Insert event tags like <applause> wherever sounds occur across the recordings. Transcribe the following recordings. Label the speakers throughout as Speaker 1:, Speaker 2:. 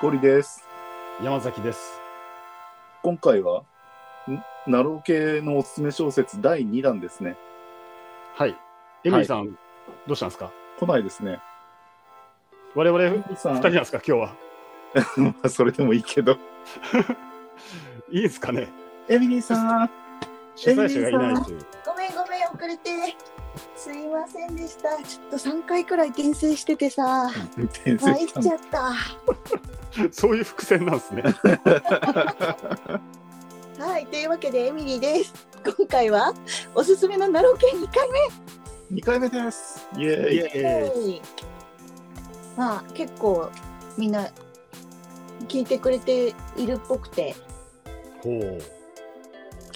Speaker 1: 堀です。
Speaker 2: 山崎です。
Speaker 1: 今回は、んナロー系のおすすめ小説第2弾ですね。
Speaker 2: はい。エミリーさん、どうしたんですか
Speaker 1: 来ないですね。
Speaker 2: 我々二
Speaker 1: さ
Speaker 2: 人なんですか今日は。
Speaker 1: ん、それでもいいけど。
Speaker 2: いいですかね
Speaker 1: エミリーさん、
Speaker 2: 主催者がいないという。
Speaker 3: ごめんごめん遅れてすいませんでしたちょっと3回くらい転生して
Speaker 1: <laughs>
Speaker 3: てさ
Speaker 1: 転生
Speaker 3: 参っ
Speaker 1: した
Speaker 3: ちゃったは
Speaker 2: そういう伏線なんですね。
Speaker 3: いというわけでエミリーです今回はおすすめのナロケン2回
Speaker 1: 2回目です。イエーイ。
Speaker 2: え
Speaker 3: 目、まあ結構みんな聞いてくれているっぽくて
Speaker 2: ー、ほう。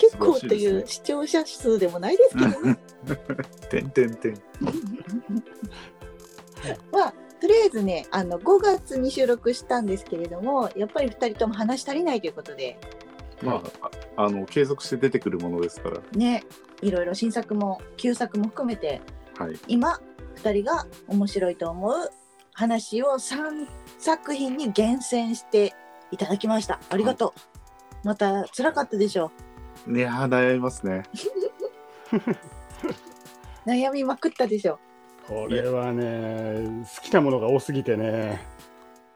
Speaker 3: 結構と
Speaker 1: 素晴らしい
Speaker 3: い
Speaker 1: です
Speaker 3: う
Speaker 1: ね
Speaker 3: 視聴者数でもないですけどね
Speaker 1: <laughs> てんてんてん。
Speaker 3: まあとりあえずねあの5月に収録したんですけれどもやっぱり2人とも話し足りないということで
Speaker 1: まあ、ああの、継続して出てくるものですから。
Speaker 3: ねいろいろ新作も旧作も含めて
Speaker 1: はい。
Speaker 3: 今2人が面白いと思う話を3作品に厳選していただきましたありがとう、また辛かったでしょ
Speaker 1: いやー、悩みますね。
Speaker 3: う悩みまくったでしょ
Speaker 2: これはね、好きなものが多すぎてね。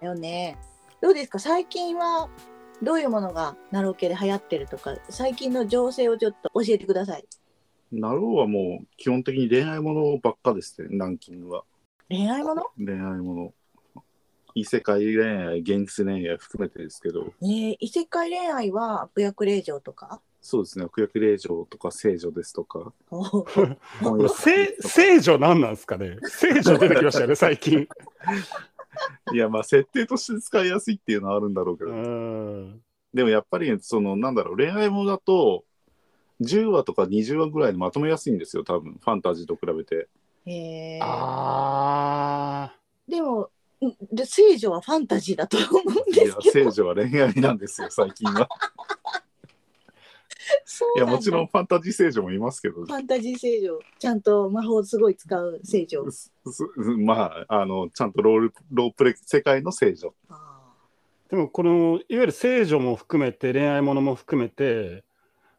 Speaker 3: うよねどうですか最近はどういうものがナロー系で流行ってるとか最近の情勢をちょっと教えてください
Speaker 1: ナローはもう、基本的に恋愛ものばっかですね、ランキングは。
Speaker 3: 恋愛もの
Speaker 1: 恋愛もの。異世界恋愛、現実恋愛含めてですけど。
Speaker 3: ねえ異世界恋愛は悪役令嬢とか
Speaker 1: そうですね、悪役令嬢とか聖女ですとか、
Speaker 3: お
Speaker 1: 本屋さん
Speaker 2: せ
Speaker 1: ですとか
Speaker 2: 聖女なんなんですかね聖女出てきましたよね、最近。
Speaker 1: いや、まあ、設定として使いやすいっていうのはあるんだろうけ
Speaker 2: う
Speaker 1: ど、
Speaker 2: ん。
Speaker 1: でもやっぱり、その、なんだろう、恋愛ものだと、10話とか20話ぐらいでまとめやすいんですよ、多分ファンタジーと比べて。
Speaker 3: へえ
Speaker 2: あ
Speaker 3: でも、んで聖女はファンタジーだと思う
Speaker 1: い
Speaker 3: んで
Speaker 1: や
Speaker 3: す、け
Speaker 1: 聖
Speaker 3: ど。
Speaker 1: 女は恋愛なんですよ、最近
Speaker 2: <laughs>
Speaker 1: は。
Speaker 3: そう
Speaker 1: いや、
Speaker 3: なんだ
Speaker 1: もちろん。ファンタジー聖女もいますけど
Speaker 3: フ、ァンタジー聖女、ちゃんと魔法すごい使う聖女。
Speaker 1: すすまあ、あの、ちゃんとロールロープレ、世界の聖女。
Speaker 3: あ
Speaker 2: ーでも、この、いわゆる聖女も含めて、恋愛ものも含めて、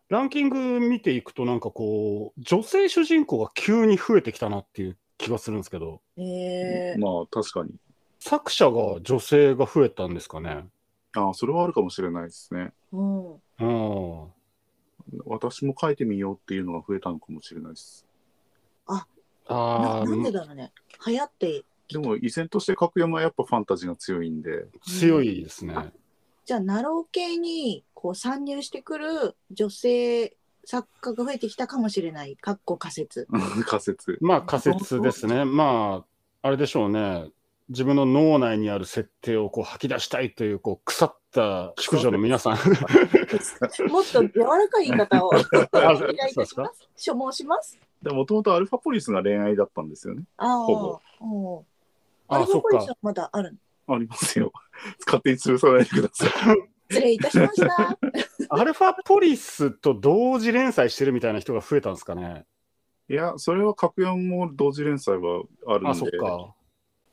Speaker 2: ランキング見ていくと、なんかこう、女性主人公が急に増えてきたなっていう気がするんですけど、
Speaker 3: ーへえ
Speaker 1: まあ、確かに。
Speaker 2: 作者が女性が増えたんですかね。
Speaker 1: ああ、それはあるかもしれないですね。
Speaker 3: う
Speaker 2: う
Speaker 3: ん。
Speaker 2: ん。
Speaker 1: 私も書いてみようっていうのが増えたのかもしれないです。
Speaker 2: あ
Speaker 3: な
Speaker 2: あ、
Speaker 3: なんでだろうね。流行って、
Speaker 1: でも依然として格山はやっぱファンタジーが強いんで、 <laughs>
Speaker 2: 強いですね。
Speaker 3: じゃあ、ナロー系にこう参入してくる女性作家が増えてきたかもしれない。かっこ仮説。
Speaker 1: 仮
Speaker 2: <laughs>
Speaker 1: 説。
Speaker 2: まあ仮説ですね。まあ、あれでしょうね。自分の脳内にある設定をこう吐き出したいという、こう、腐った淑女の皆さん。
Speaker 3: <laughs> もっと柔らかい言い方
Speaker 2: <laughs>
Speaker 3: をお願いいたし
Speaker 2: そう
Speaker 3: ま
Speaker 2: です
Speaker 3: す
Speaker 2: か。
Speaker 3: 所望します。
Speaker 1: でもともとアルファポリスが恋愛だったんですよね。
Speaker 3: ああ。
Speaker 1: ほぼ
Speaker 3: うん
Speaker 2: <laughs>
Speaker 3: ア
Speaker 2: あ、
Speaker 3: ル
Speaker 2: そっ
Speaker 3: ファポリス
Speaker 2: か。
Speaker 3: はまだあるの
Speaker 1: ありますよ。勝手に潰さないでください。
Speaker 3: 失礼いたしま
Speaker 2: <laughs>
Speaker 3: した。
Speaker 2: アルファポリスと同時連載してるみたいな人が増えたんですかね。
Speaker 1: いや、それは格山も同時連載はある
Speaker 2: あ、
Speaker 1: ん
Speaker 2: そっ
Speaker 1: で、
Speaker 2: か。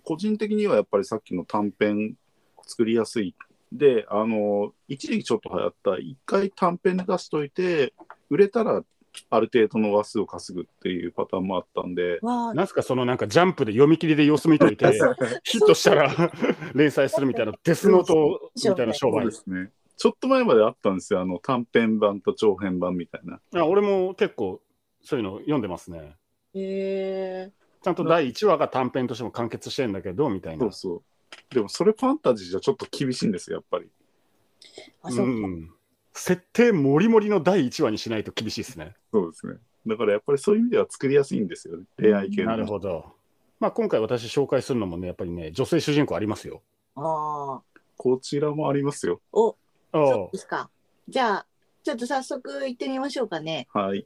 Speaker 1: 個人的にはやっぱりさっきの短編作りやすい。で、あの、一時期ちょっと流行った、一回短編出しといて、売れたらある程度の話数を稼ぐっていうパターンもあったんで、
Speaker 3: わあ、
Speaker 2: なんすか、そのなんかジャンプで読み切りで様子見とい
Speaker 1: <laughs>
Speaker 2: て、ヒットしたら <laughs> 連載するみたいな、デスノートみたいな商
Speaker 1: そう
Speaker 2: 売
Speaker 1: で。すね。ちょっと前まであったんですよ。あの短編版と長編版みたいな。
Speaker 2: あ俺も結構、そういうの読んでますね。
Speaker 3: へえ。
Speaker 2: ちゃんと第1話が短編としても完結してんだけど、みたいな。
Speaker 1: そうそう。でもそれファンタジーじゃちょっと厳しいんですよ、やっぱり。
Speaker 3: あ、そうう。
Speaker 2: ん、設定もりもりの第1話にしないと厳しいですね。
Speaker 1: そうですね。だからやっぱりそういう意味では作りやすいんですよね。恋愛系
Speaker 2: なる
Speaker 1: の。
Speaker 2: ほど。まあ、今回私紹介するのもね、やっぱりね、女性主人公ありますよ。
Speaker 3: ああ。
Speaker 1: こちらもありますよ。
Speaker 3: お、
Speaker 2: あ
Speaker 3: そうですか。じゃあ、ちょっと早速行ってみましょうかね。
Speaker 1: はい。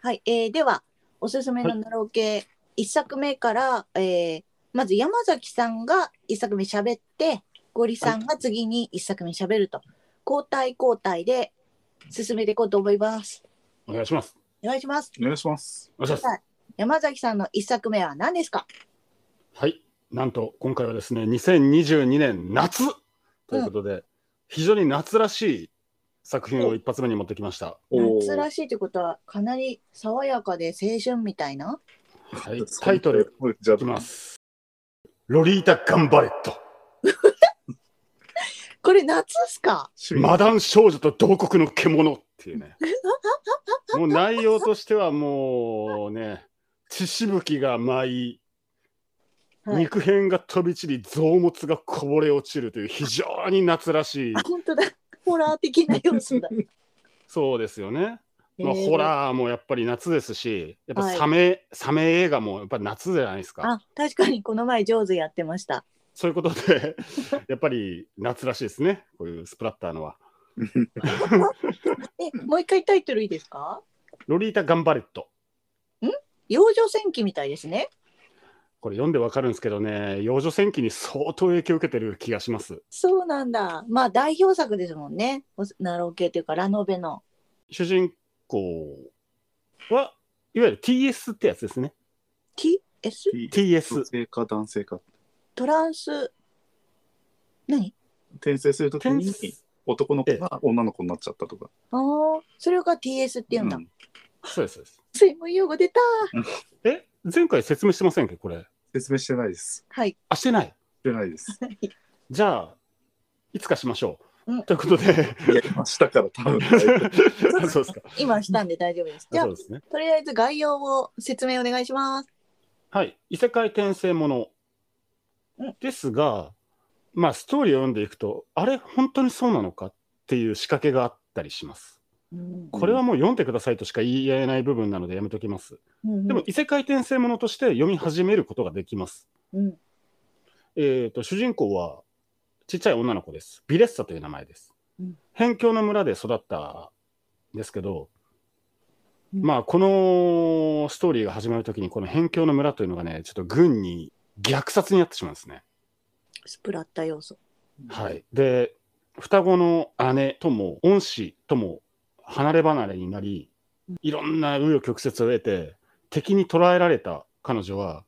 Speaker 3: はい、えー、では、おすすめのナロー系、一作目から、えー、まず山崎さんが一作目喋って、ゴリさんが次に一作目喋ると、交代交代で進めていこうと思います。
Speaker 2: お願いします。
Speaker 3: お願いします。
Speaker 1: お願いします。
Speaker 2: お願いします。
Speaker 3: 山崎さんの一作目は何ですか
Speaker 2: はい。なんと今回はですね、2022年夏ということで、非常に夏らしい作品を一発目に持ってきました。
Speaker 1: お
Speaker 3: 夏ら
Speaker 1: ー
Speaker 3: しいってことはかなり爽やかで青春みたいな
Speaker 2: はい、タイトル。
Speaker 1: じゃあ
Speaker 2: いきます。ロリータ・ガンバレット、
Speaker 3: これ夏っすか
Speaker 1: 趣味
Speaker 2: マダン少女と同国の獣っていう
Speaker 3: <laughs>
Speaker 2: ね。もう内容としてはもうね、血しぶきが舞い、
Speaker 3: はい
Speaker 2: 肉片が飛び散り、臓物がこぼれ落ちるという非常に夏らしい、
Speaker 3: 本当だホラー的な要 <laughs> 素だ、
Speaker 2: そうですよね。まあ、
Speaker 3: えー
Speaker 2: ホラーもやっぱり夏ですし、やっぱ
Speaker 3: はい
Speaker 2: サメ、サメ映画もやっぱり夏じゃないですか。
Speaker 3: あ確かにこの前上手やってました
Speaker 2: そういうことで、 <laughs> やっぱり夏らしいですね、こういうスプラッターのは。
Speaker 3: えもう一回タイトルいいですか
Speaker 2: ロリータ・ガンバレット。
Speaker 3: 幼女戦記みたいですね
Speaker 2: これ読んでわかるんですけどね、幼女戦記に相当影響を受けてる気がします。
Speaker 3: そうなんだまあ代表作ですもんねおナロー系というかラノベの
Speaker 2: 主人公は、いわゆる TS ってやつですね。
Speaker 3: TS
Speaker 2: TS
Speaker 1: 女。性か男性か
Speaker 3: トランス何
Speaker 1: 転生するときに男の子が女の子になっちゃったとか。
Speaker 3: あーそれが TS って言うんだ、
Speaker 1: うん
Speaker 2: そうです、そうです。
Speaker 3: 専門用語出た
Speaker 2: え、前回説明してませんか、これ。
Speaker 1: 説明してないです。
Speaker 3: はい
Speaker 2: あ、してない。
Speaker 1: してない
Speaker 2: <laughs>
Speaker 1: です。
Speaker 2: じゃあ、いつかしましょう。
Speaker 3: うん
Speaker 2: ということ
Speaker 3: <laughs>
Speaker 2: で、
Speaker 1: いや、今したから多分。
Speaker 2: あそうですか。
Speaker 3: 今したんで大丈夫です
Speaker 2: あ
Speaker 3: じゃあ
Speaker 2: そうですね。
Speaker 3: とりあえず概要を説明お願いします
Speaker 2: はい、異世界転生もの
Speaker 3: うん
Speaker 2: ですが、まあ、ストーリーを読んでいくと、あれ、本当にそうなのかっていう仕掛けがあったりします。
Speaker 3: うん
Speaker 2: これはもう読んでくださいとしか言い合えない部分なのでやめときます。
Speaker 3: うん
Speaker 2: でも、異世界転生ものとして読み始めることができます。
Speaker 3: うん
Speaker 2: えー、と主人公はちっちゃい女の子です。ビレッサという名前です
Speaker 3: うん。
Speaker 2: 辺境の村で育ったんですけど、
Speaker 3: うん
Speaker 2: まあこのストーリーが始まるときにこの辺境の村というのがねちょっと軍に虐殺になってしまうんですね。
Speaker 3: スプラッタ要素
Speaker 2: <laughs> はい、で双子の姉とも恩師とも離れ離れになりいろんな紆余曲折を得て敵に捕らえられた彼女は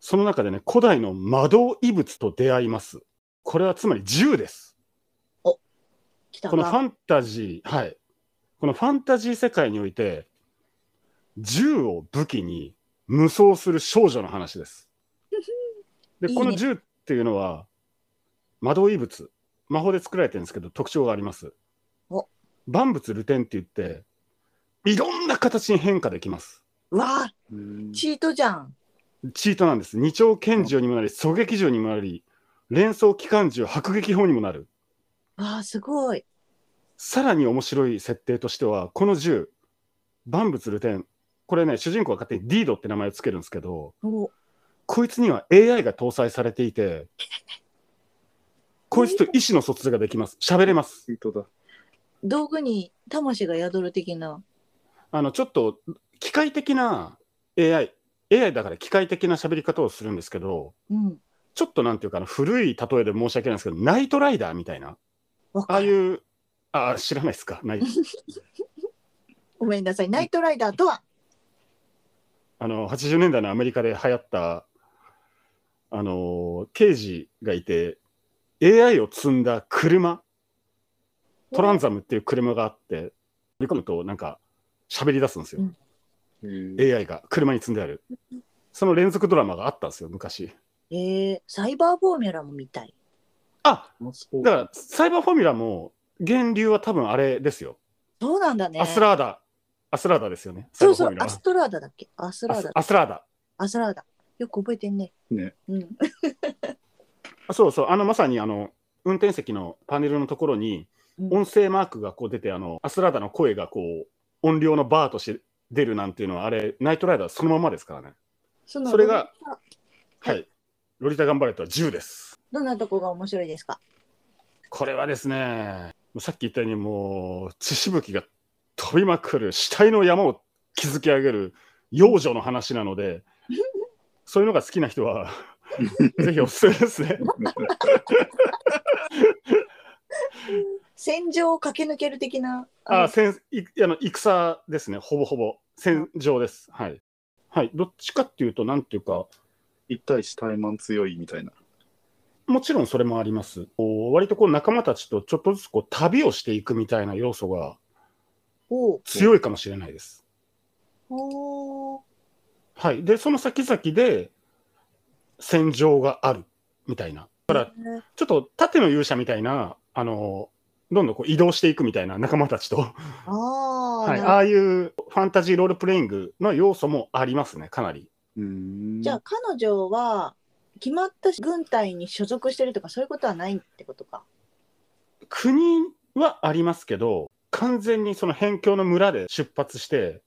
Speaker 2: その中でね古代の魔導異物と出会いますこれはつまり銃です
Speaker 3: きた
Speaker 2: このファ
Speaker 3: ン
Speaker 2: ンタジーはいこのファンタジー世界において銃を武器に無双する少女の話
Speaker 3: <laughs>
Speaker 2: ですで
Speaker 3: いいね
Speaker 2: この銃っていうのは魔導異物魔法で作られてるんですけど特徴があります
Speaker 3: お
Speaker 2: 万物ルテンって言っていろんな形に変化できます
Speaker 3: わあ
Speaker 1: うん
Speaker 3: チートじゃん
Speaker 2: チートなんです二丁拳銃にもなり狙撃銃にもなり連想機関銃迫撃砲にもなる
Speaker 3: わあすごい
Speaker 2: さらに面白い設定としては、この銃、万物ルテン、これね、主人公が勝手にディードって名前をつけるんですけど、
Speaker 3: お
Speaker 2: こいつには AI が搭載されていて、こいつと意思の疎通ができます。喋れます。
Speaker 1: ツイートだ。
Speaker 3: 道具に魂が宿る的な
Speaker 2: あの、ちょっと、機械的な AI、AI だから機械的な喋り方をするんですけど、
Speaker 3: うん
Speaker 2: ちょっとなんていうかな、古い例えで申し訳ないんですけど、ナイトライダーみたいな、あ
Speaker 3: わ
Speaker 2: あ
Speaker 3: か
Speaker 2: い
Speaker 3: る
Speaker 2: う、あ、知らないですか、ナイト
Speaker 3: ごめんなさいナイトライダーとは
Speaker 2: あの80年代のアメリカで流行ったあの刑事がいて AI を積んだ車トランザムっていう車があって乗り込むとなんか喋り出すんですよ、
Speaker 3: う
Speaker 2: AI が車に積んであるその連続ドラマがあったんですよ昔
Speaker 3: えー、サイバーフォーミュラも見たい
Speaker 2: あ
Speaker 1: スポー
Speaker 2: だからサイバーフォミュラも源流は多分あれですよ、
Speaker 3: そうなんだね
Speaker 2: アスラーダアスラーダですよね
Speaker 3: そうそう
Speaker 2: サイバ
Speaker 3: ア
Speaker 2: ーフ
Speaker 3: ストラーダだっけアス
Speaker 2: ォミュラ
Speaker 3: ラ
Speaker 2: は
Speaker 3: ーダ
Speaker 2: アスアスラーダ
Speaker 3: アスラーダよく覚えてんね
Speaker 1: ね
Speaker 3: うん <laughs>
Speaker 2: あそうそう、あのまさにあの運転席のパネルのところに、
Speaker 3: うん
Speaker 2: 音声マークがこう出て、あのアスラーダの声がこう音量のバーとして出るなんていうのは、あれ、ナイトライダーそのままですからね。
Speaker 3: その
Speaker 2: それが
Speaker 3: どんな
Speaker 2: はい、ロリタ・ガンバレットは10です。
Speaker 3: どんなとこが面白いですか
Speaker 2: これはですね、さっき言ったように、もう血しぶきが飛びまくる、死体の山を築き上げる幼女の話なの
Speaker 3: <laughs>
Speaker 2: で、そういうのが好きな人は、ぜひおすすめですね。
Speaker 3: 戦場を駆け抜ける的な
Speaker 2: あ
Speaker 3: の
Speaker 2: 戦いあの戦ですね、ほぼほぼ戦場です。はい、はい、どっちかっていうと、なんていうか、
Speaker 1: 一対一対マン強いみたいな。
Speaker 2: もちろんそれもあります。こう割とこう仲間たちとちょっとずつこう旅をしていくみたいな要素が
Speaker 3: おう
Speaker 2: 強いかもしれないです。
Speaker 3: おー
Speaker 2: はい。で、その先々で戦場があるみたいな。だから、ちょっと盾の勇者みたいな、あの、どんどんこう移動していくみたいな仲間たちと、
Speaker 3: ああ、
Speaker 2: はい、
Speaker 3: なるほ
Speaker 2: <laughs> あ
Speaker 3: ど
Speaker 2: あいうファンタジーロールプレイングの要素もありますね、かなり。
Speaker 1: うーん
Speaker 3: じゃあ彼女は決まった軍隊に所属してるとかそういうことはないってことか。
Speaker 2: 国はありますけど、完全にその辺境の村で出発して、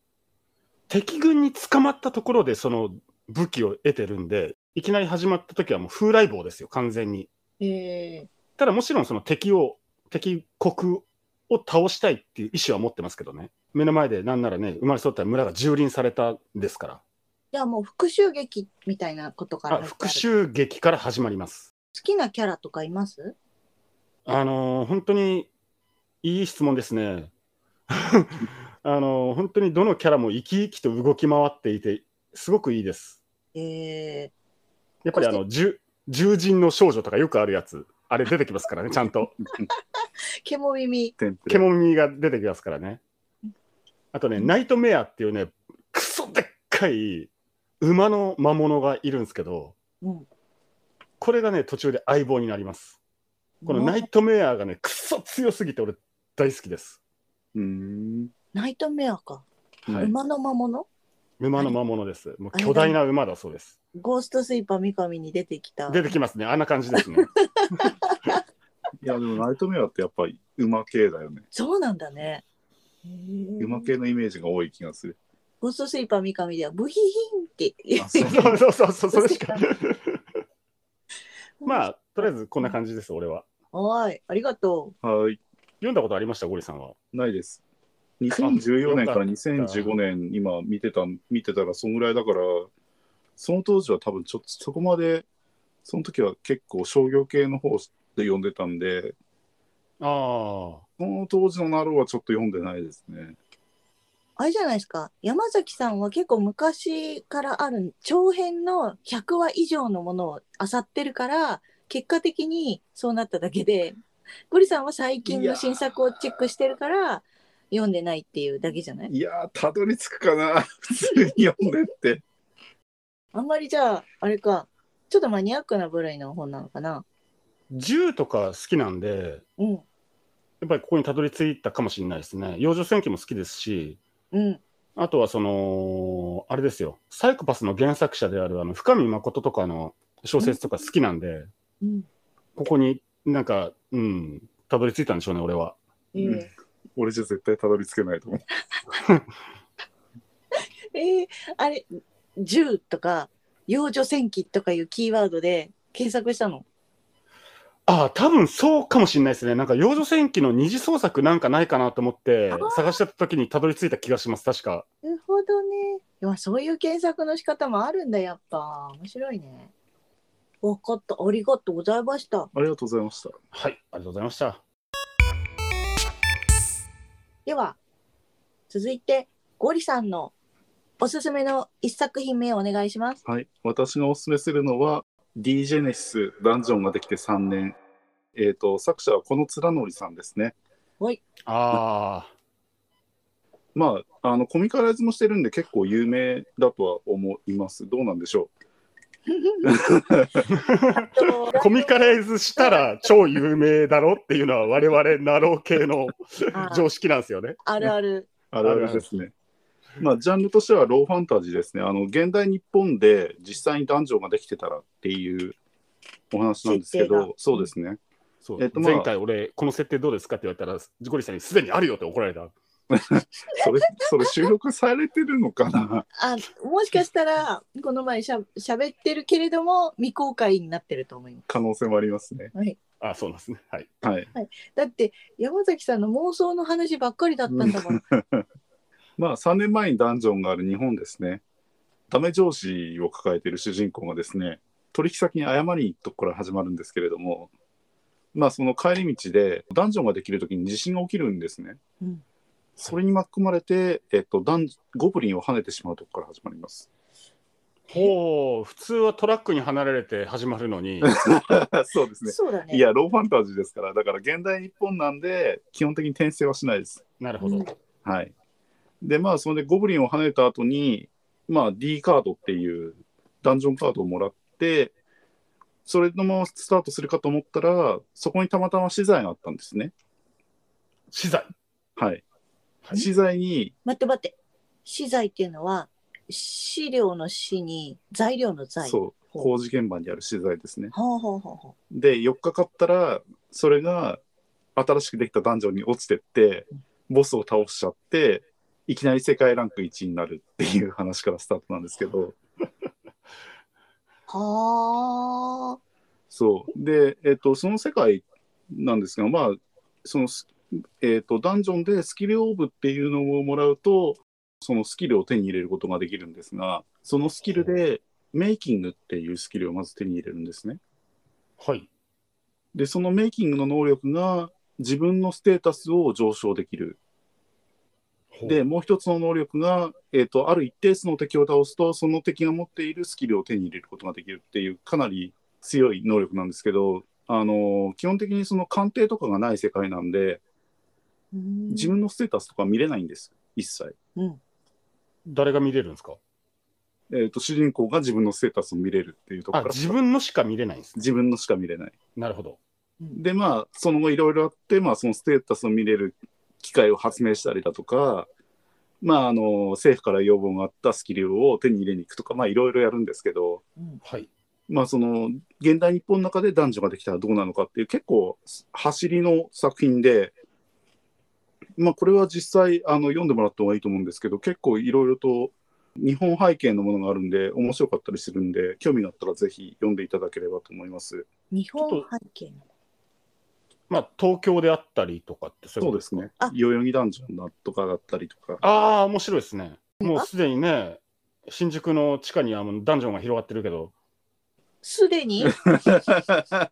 Speaker 2: 敵軍に捕まったところでその武器を得てるんで、いきなり始まった時はもう風来坊ですよ、完全に。
Speaker 3: ええ
Speaker 2: ただもちろんその敵を、敵国を倒したいっていう意思は持ってますけどね。目の前でなんならね、生まれ育った村が蹂躙されたんですか。
Speaker 3: じゃあもう復讐劇みたいなことからら
Speaker 2: あ
Speaker 3: 始まる
Speaker 2: 復讐劇から始まります。
Speaker 3: 好きなキャラとかいます
Speaker 2: あのー本当にいい質問ですね。 <laughs> あのー本当にどのキャラも生き生きと動き回っていて、すごくいいです。
Speaker 3: ええ
Speaker 2: やっぱりあの、獣獣人の少女とかよくあるやつ、あ <laughs> れ出てきますからね、ちゃんと。
Speaker 3: 獣耳。
Speaker 1: テンプレ
Speaker 2: 獣耳が出てきますからね。あとね、ナイトメアっていうね、クソでっかい馬の魔物がいるんですけど、
Speaker 3: うん、
Speaker 2: これがね、途中で相棒になります。このナイトメアがね、クソ強すぎて俺大好きです。
Speaker 1: うーん
Speaker 3: ナイトメアか。
Speaker 2: はい
Speaker 3: 馬の魔物
Speaker 2: 馬の魔物です。もう巨大な馬だそうです。
Speaker 3: ゴーストスイーパー三上に出てきた。
Speaker 2: 出てきますね。あんな感じですね。
Speaker 1: いやでもナイトメアってやっぱり馬系だよね。
Speaker 3: そうなんだね。へえ
Speaker 1: 馬系のイメージが多い気がする。
Speaker 3: ゴーストスイーパー三上ではブヒヒンって。
Speaker 1: あそう
Speaker 2: そうそうそうそう、それしか。ま
Speaker 3: <laughs>
Speaker 2: あ、とりあえずこんな感じです、俺は。
Speaker 3: はーい、ありがと
Speaker 1: はい。
Speaker 2: 読んだことありました、ゴリさんは。
Speaker 1: ないです。2014年から
Speaker 2: よかった
Speaker 1: 2015年、今見てた、見てたら、そんぐらいだから、その当時は多分ちょっとそこまで、その時は結構商業系の方で読んでたんで、
Speaker 2: ああ。
Speaker 1: その当時のナローはちょっと読んでないですね。
Speaker 3: う。あれじゃないですか。山崎さんは結構昔からある長編の100話以上のものを漁ってるから、結果的にそうなっただけで、ゴリさんは最近の新作をチェックしてるから、読んでないっていうだけじゃない
Speaker 1: いやー、たどり着くかな、普通に読んでって。
Speaker 3: あんまりじゃあ、あれか、ちょっとマニアックな部類の本なのかな。
Speaker 2: 銃とか好きなんで、
Speaker 3: うん、
Speaker 2: やっぱりここにたどり着いたかもしれないですね。幼女戦記も好きですし、
Speaker 3: うん。
Speaker 2: あとはその、あれですよ、サイコパスの原作者であるあの深見誠とかの小説とか好きなんで、
Speaker 3: うん。
Speaker 2: ここになんか、うん、たどり着いたんでしょうね、俺は。
Speaker 3: えー
Speaker 1: 俺じゃ絶対たどり着けないと思う。
Speaker 3: えー、あれ、銃とか、幼女戦記とかいうキーワードで検索したの。
Speaker 2: ああ、多分そうかもしれないですね。なんか、幼女戦記の二次創作なんかないかなと思って
Speaker 3: あ、
Speaker 2: 探してた時にたどり着いた気がします、確か。
Speaker 3: なるほどね。いや、そういう検索の仕方もあるんだ、やっぱ。面白いね。わかった。ありがとうございました。
Speaker 1: ありがとうございました。
Speaker 2: はい、ありがとうございました。
Speaker 3: では、続いて、ゴリさんのおすすめの一作品目をお願い
Speaker 1: <laughs>
Speaker 3: します。
Speaker 1: はい、私がおすすめするのは D ジェネシスダンジョンができて3年。えっ、と、作者はこの貫則さんですね。
Speaker 2: あ
Speaker 1: まあ、あのコミカライズもしてるんで結構有名だとは思います。どうなんでしょ
Speaker 2: あ、コミカライズしたら <laughs> 超有名だろっていうのは、我々、ナロー系の <laughs>
Speaker 3: あ
Speaker 2: 常識なんですよね。
Speaker 3: あるある。
Speaker 1: うあるあるですね。まあ、ジャンルとしてはローファンタジーですね。あの現代日本で実際にダンジョンができてたらっていうお話なんですけ
Speaker 3: 設定が
Speaker 1: ど、そうですね。
Speaker 2: そう
Speaker 1: えっとまあ
Speaker 2: 前回、俺、この設定どうですかって言われたら、ジゴリさんにすでにあるよって怒られた。
Speaker 1: それ、それ収録されてるのかな <laughs>
Speaker 3: あもしかしたら、この前しゃ喋ってるけれども、未公開になってると思います。
Speaker 1: 可能性もありますね。
Speaker 3: はい、
Speaker 2: あそうなんですね。はい。
Speaker 1: はい。
Speaker 3: だって、山崎さんの妄想の話ばっかりだったんだもん。
Speaker 1: まあ、3年前にダンジョンがある日本ですね。ダメ上司を抱えている主人公がですね、取引先に謝りに行くとこから始まるんですけれども、まあ、その帰り道で、ダンジョンができるときに地震が起きるんですね。
Speaker 3: うん
Speaker 1: それに巻き込まれて、えっと、ダンゴブリンを跳ねてしまうとこから始まります。 <laughs>
Speaker 2: おお、普通はトラックに離れて始まるのに、
Speaker 1: そうですね。
Speaker 3: そうだね。
Speaker 1: いや、ローファンタジーですから、だから現代日本なんで、基本的に転生はしないです。
Speaker 2: なるほど。
Speaker 3: うん
Speaker 1: はい。で、まあ、それでゴブリンを跳ねた後に、まあ、D カードっていうダンジョンカードをもらって、それのままスタートするかと思ったら、そこにたまたま資材があったんですね。
Speaker 2: 資材。
Speaker 1: はい。
Speaker 2: はい
Speaker 1: 資材に、
Speaker 3: 待って待って。資材っていうのは、資料の資に材料の材。う。
Speaker 1: そう、工事現場にある資材ですね。
Speaker 3: ほうほうほうほ
Speaker 1: で、4日かったら、それが新しくできたダンジョンに落ちてって、ボスを倒しちゃって、いきなり世界ランク1位になるっていう話からスタートなんですけど、
Speaker 3: う。はあ。
Speaker 1: そう。で、えっ、と、その世界なんですが、まあ、そのス、えっ、と、ダンジョンでスキルオーブっていうのをもらうと、そのスキルを手に入れることができるんですが、そのスキルで、メイキングっていうスキルをまず手に入れるんですね。
Speaker 2: はい。
Speaker 1: で、そのメイキングの能力が、自分のステータスを上昇できる。
Speaker 2: ほう
Speaker 1: で、、もう一つの能力が、えっ、と、ある一定数の敵を倒すと、その敵が持っているスキルを手に入れることができるっていう、かなり強い能力なんですけど、あのー基本的にその鑑定とかがない世界なんで、自
Speaker 3: 自
Speaker 1: 分のステータスとか見れないんです、一切。
Speaker 3: うん。
Speaker 2: 誰が見れるんですか
Speaker 1: えっ、と、主人公が自分のステータスを見れるっていうとこ
Speaker 2: あ
Speaker 1: ろ、から、
Speaker 2: 自分のしか見れないんですね。
Speaker 1: 自分のしか見れない。
Speaker 2: なるほど。
Speaker 1: で、まあ、その後いろいろあって、まあ、そのステータスを見れる機会を発明したりだとか、まあ、あのー政府から要望があったスキルを手に入れに行くとか、まあ、いろいろやるんですけど、
Speaker 3: うん
Speaker 2: はい。
Speaker 1: まあ、その現代日本の中で男女ができたらどうなのかっていう結構走りの作品で、まあ、これは実際あの読んでもらった方がいいと思うんですけど結構いろいろと日本背景のものがあるんで面白かったりするんで興味があったらぜひ読んでいただければと思います。
Speaker 3: 日
Speaker 2: ちょ
Speaker 3: 本
Speaker 2: っ
Speaker 3: 背景の。
Speaker 2: まあ、東京であったりとかってそい
Speaker 1: そう
Speaker 2: こと
Speaker 1: ですね
Speaker 3: あ
Speaker 1: 代々木ダンジョンだとかだったりとか
Speaker 2: ああ、面白いですね。もうすでにね、新宿の地下にはもうダンジョンが広がってるけど、
Speaker 3: すでに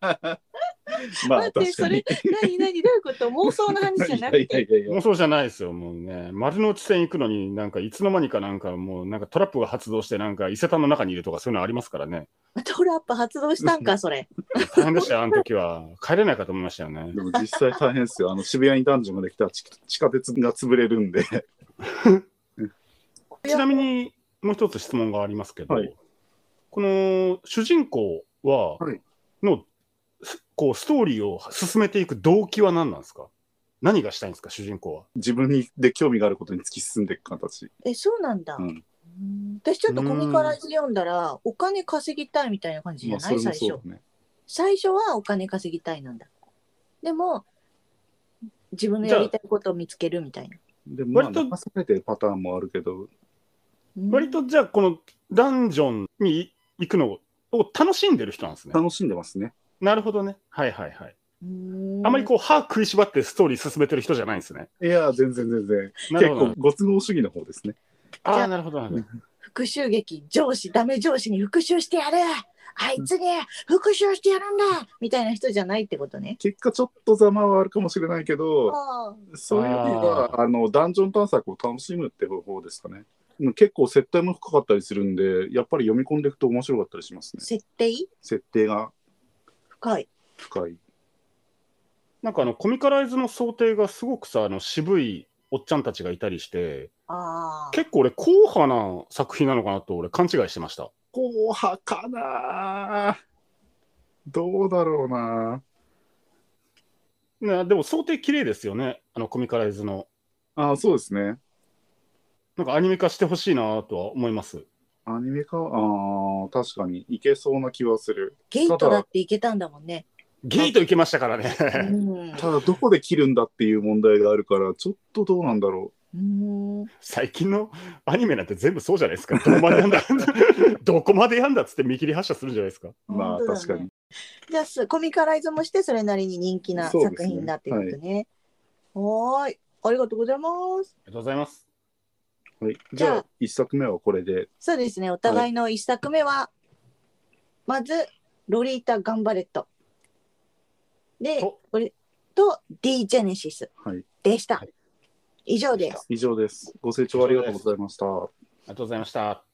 Speaker 1: ま <laughs>
Speaker 3: 待
Speaker 1: あ
Speaker 3: って、
Speaker 1: 確
Speaker 3: そ
Speaker 1: かに
Speaker 3: れ。、何何どういうこと妄想の話じゃなく
Speaker 1: <laughs> いやい
Speaker 3: て。
Speaker 1: やいやい
Speaker 2: もう
Speaker 1: や
Speaker 2: そうじゃないですよ、もうね。丸の内線行くのに、なんかいつの間にかなんかもうなんかトラップが発動して、なんか伊勢丹の中にいるとかそういうのありますからね。
Speaker 3: トラップ発動したんか、それ。
Speaker 2: 大変でしたよ、あの時は。帰れないかと思いましたよね。
Speaker 1: でも実際大変ですよあの渋谷にダンジョンができたら地地下鉄が潰れるんで
Speaker 2: ちなみに、もう一つ質問がありますけど、
Speaker 1: はい
Speaker 2: この主人公は、
Speaker 1: はい
Speaker 2: のすこうストーリーを進めていく動機は何なんですか何がしたいんですか、主人公は。
Speaker 1: 自分にで興味があることに突き進んでいく形。
Speaker 3: え、そうなんだ。
Speaker 1: うん
Speaker 3: うん私ちょっとコミカライズ読んだら、お金稼ぎたいみたいな感じじゃない、最初。
Speaker 1: だね。
Speaker 3: 最初はお金稼ぎたいなんだ。でも、自分のやりたいことを見つけるみたいな。
Speaker 1: で、まあ、
Speaker 2: 割と
Speaker 1: 流されてるパターンもあるけど、
Speaker 3: うん
Speaker 2: 割とじゃあ、このダンジョンに行くのを楽しんでる人なんですね。
Speaker 1: 楽しんでますね。
Speaker 2: なるほどね。はいはいはい。
Speaker 3: うん
Speaker 2: あまりこう、歯食いしばってストーリー進めてる人じゃないんですね。
Speaker 1: いや、全然全然。結
Speaker 2: なるほ
Speaker 1: 構
Speaker 2: ど。、
Speaker 1: ご都合主義の方ですね。
Speaker 2: ああ、なるほどなるほど。
Speaker 3: 復讐劇、上司、ダメ上司に復讐してやるあいつに復讐してやるんだみたいな人じゃないってことね。
Speaker 1: 結果、ちょっとざまはあるかもしれないけど、
Speaker 3: あー
Speaker 1: そういう意味では、あの、ダンジョン探索を楽しむって方法ですかね。うん結構、設定も深かったりするんで、やっぱり読み込んでいくと面白かったりしますね。
Speaker 3: 設定
Speaker 1: 設定が
Speaker 3: 深い。
Speaker 1: 深い。
Speaker 2: なんかあの、コミカライズの想定がすごくさ、あの渋いおっちゃんたちがいたりして、
Speaker 3: ああ。
Speaker 2: 結構俺、硬派な作品なのかなと俺、勘違いしてました。
Speaker 1: 硬派かなどうだろうな
Speaker 2: ね、でも、想定綺麗ですよね、あのコミカライズの。
Speaker 1: あそうですね。
Speaker 2: なんかアニメ化してほしいなとは思います。
Speaker 1: アニメか、ああ、確かに、いけそうな気はする。
Speaker 3: ゲートだっていけたんだもんね。
Speaker 2: ゲート行けましたからね。
Speaker 3: うん。
Speaker 1: ただどこで切るんだっていう問題があるからちょっとどうなんだろ
Speaker 3: うん
Speaker 2: <laughs> 最近のアニメなんて全部そうじゃないですか。どこまでやんだ <laughs> どこまでやんだっつって見切り発車するんじゃないですか。
Speaker 1: うまあ
Speaker 3: 本当だね
Speaker 1: 確かに
Speaker 3: じゃあすコミカライズもしてそれなりに人気な
Speaker 1: そうで
Speaker 3: 作
Speaker 1: すね
Speaker 3: 品だってことね。はーい。ありがとうございます。
Speaker 2: ありがとうございます。
Speaker 1: う、はい、
Speaker 3: じ
Speaker 1: じ
Speaker 3: ゃあ
Speaker 1: ゃあ1作目はこれで
Speaker 3: そうですね。お互いの一作目は、まずロリータ・ガンバレットで
Speaker 2: お
Speaker 3: これと D ・ジェネシス
Speaker 1: はい
Speaker 3: でした。
Speaker 2: はい
Speaker 3: 以上です。
Speaker 1: 以上ですご清聴ありがとうございました
Speaker 2: ありがとうございました。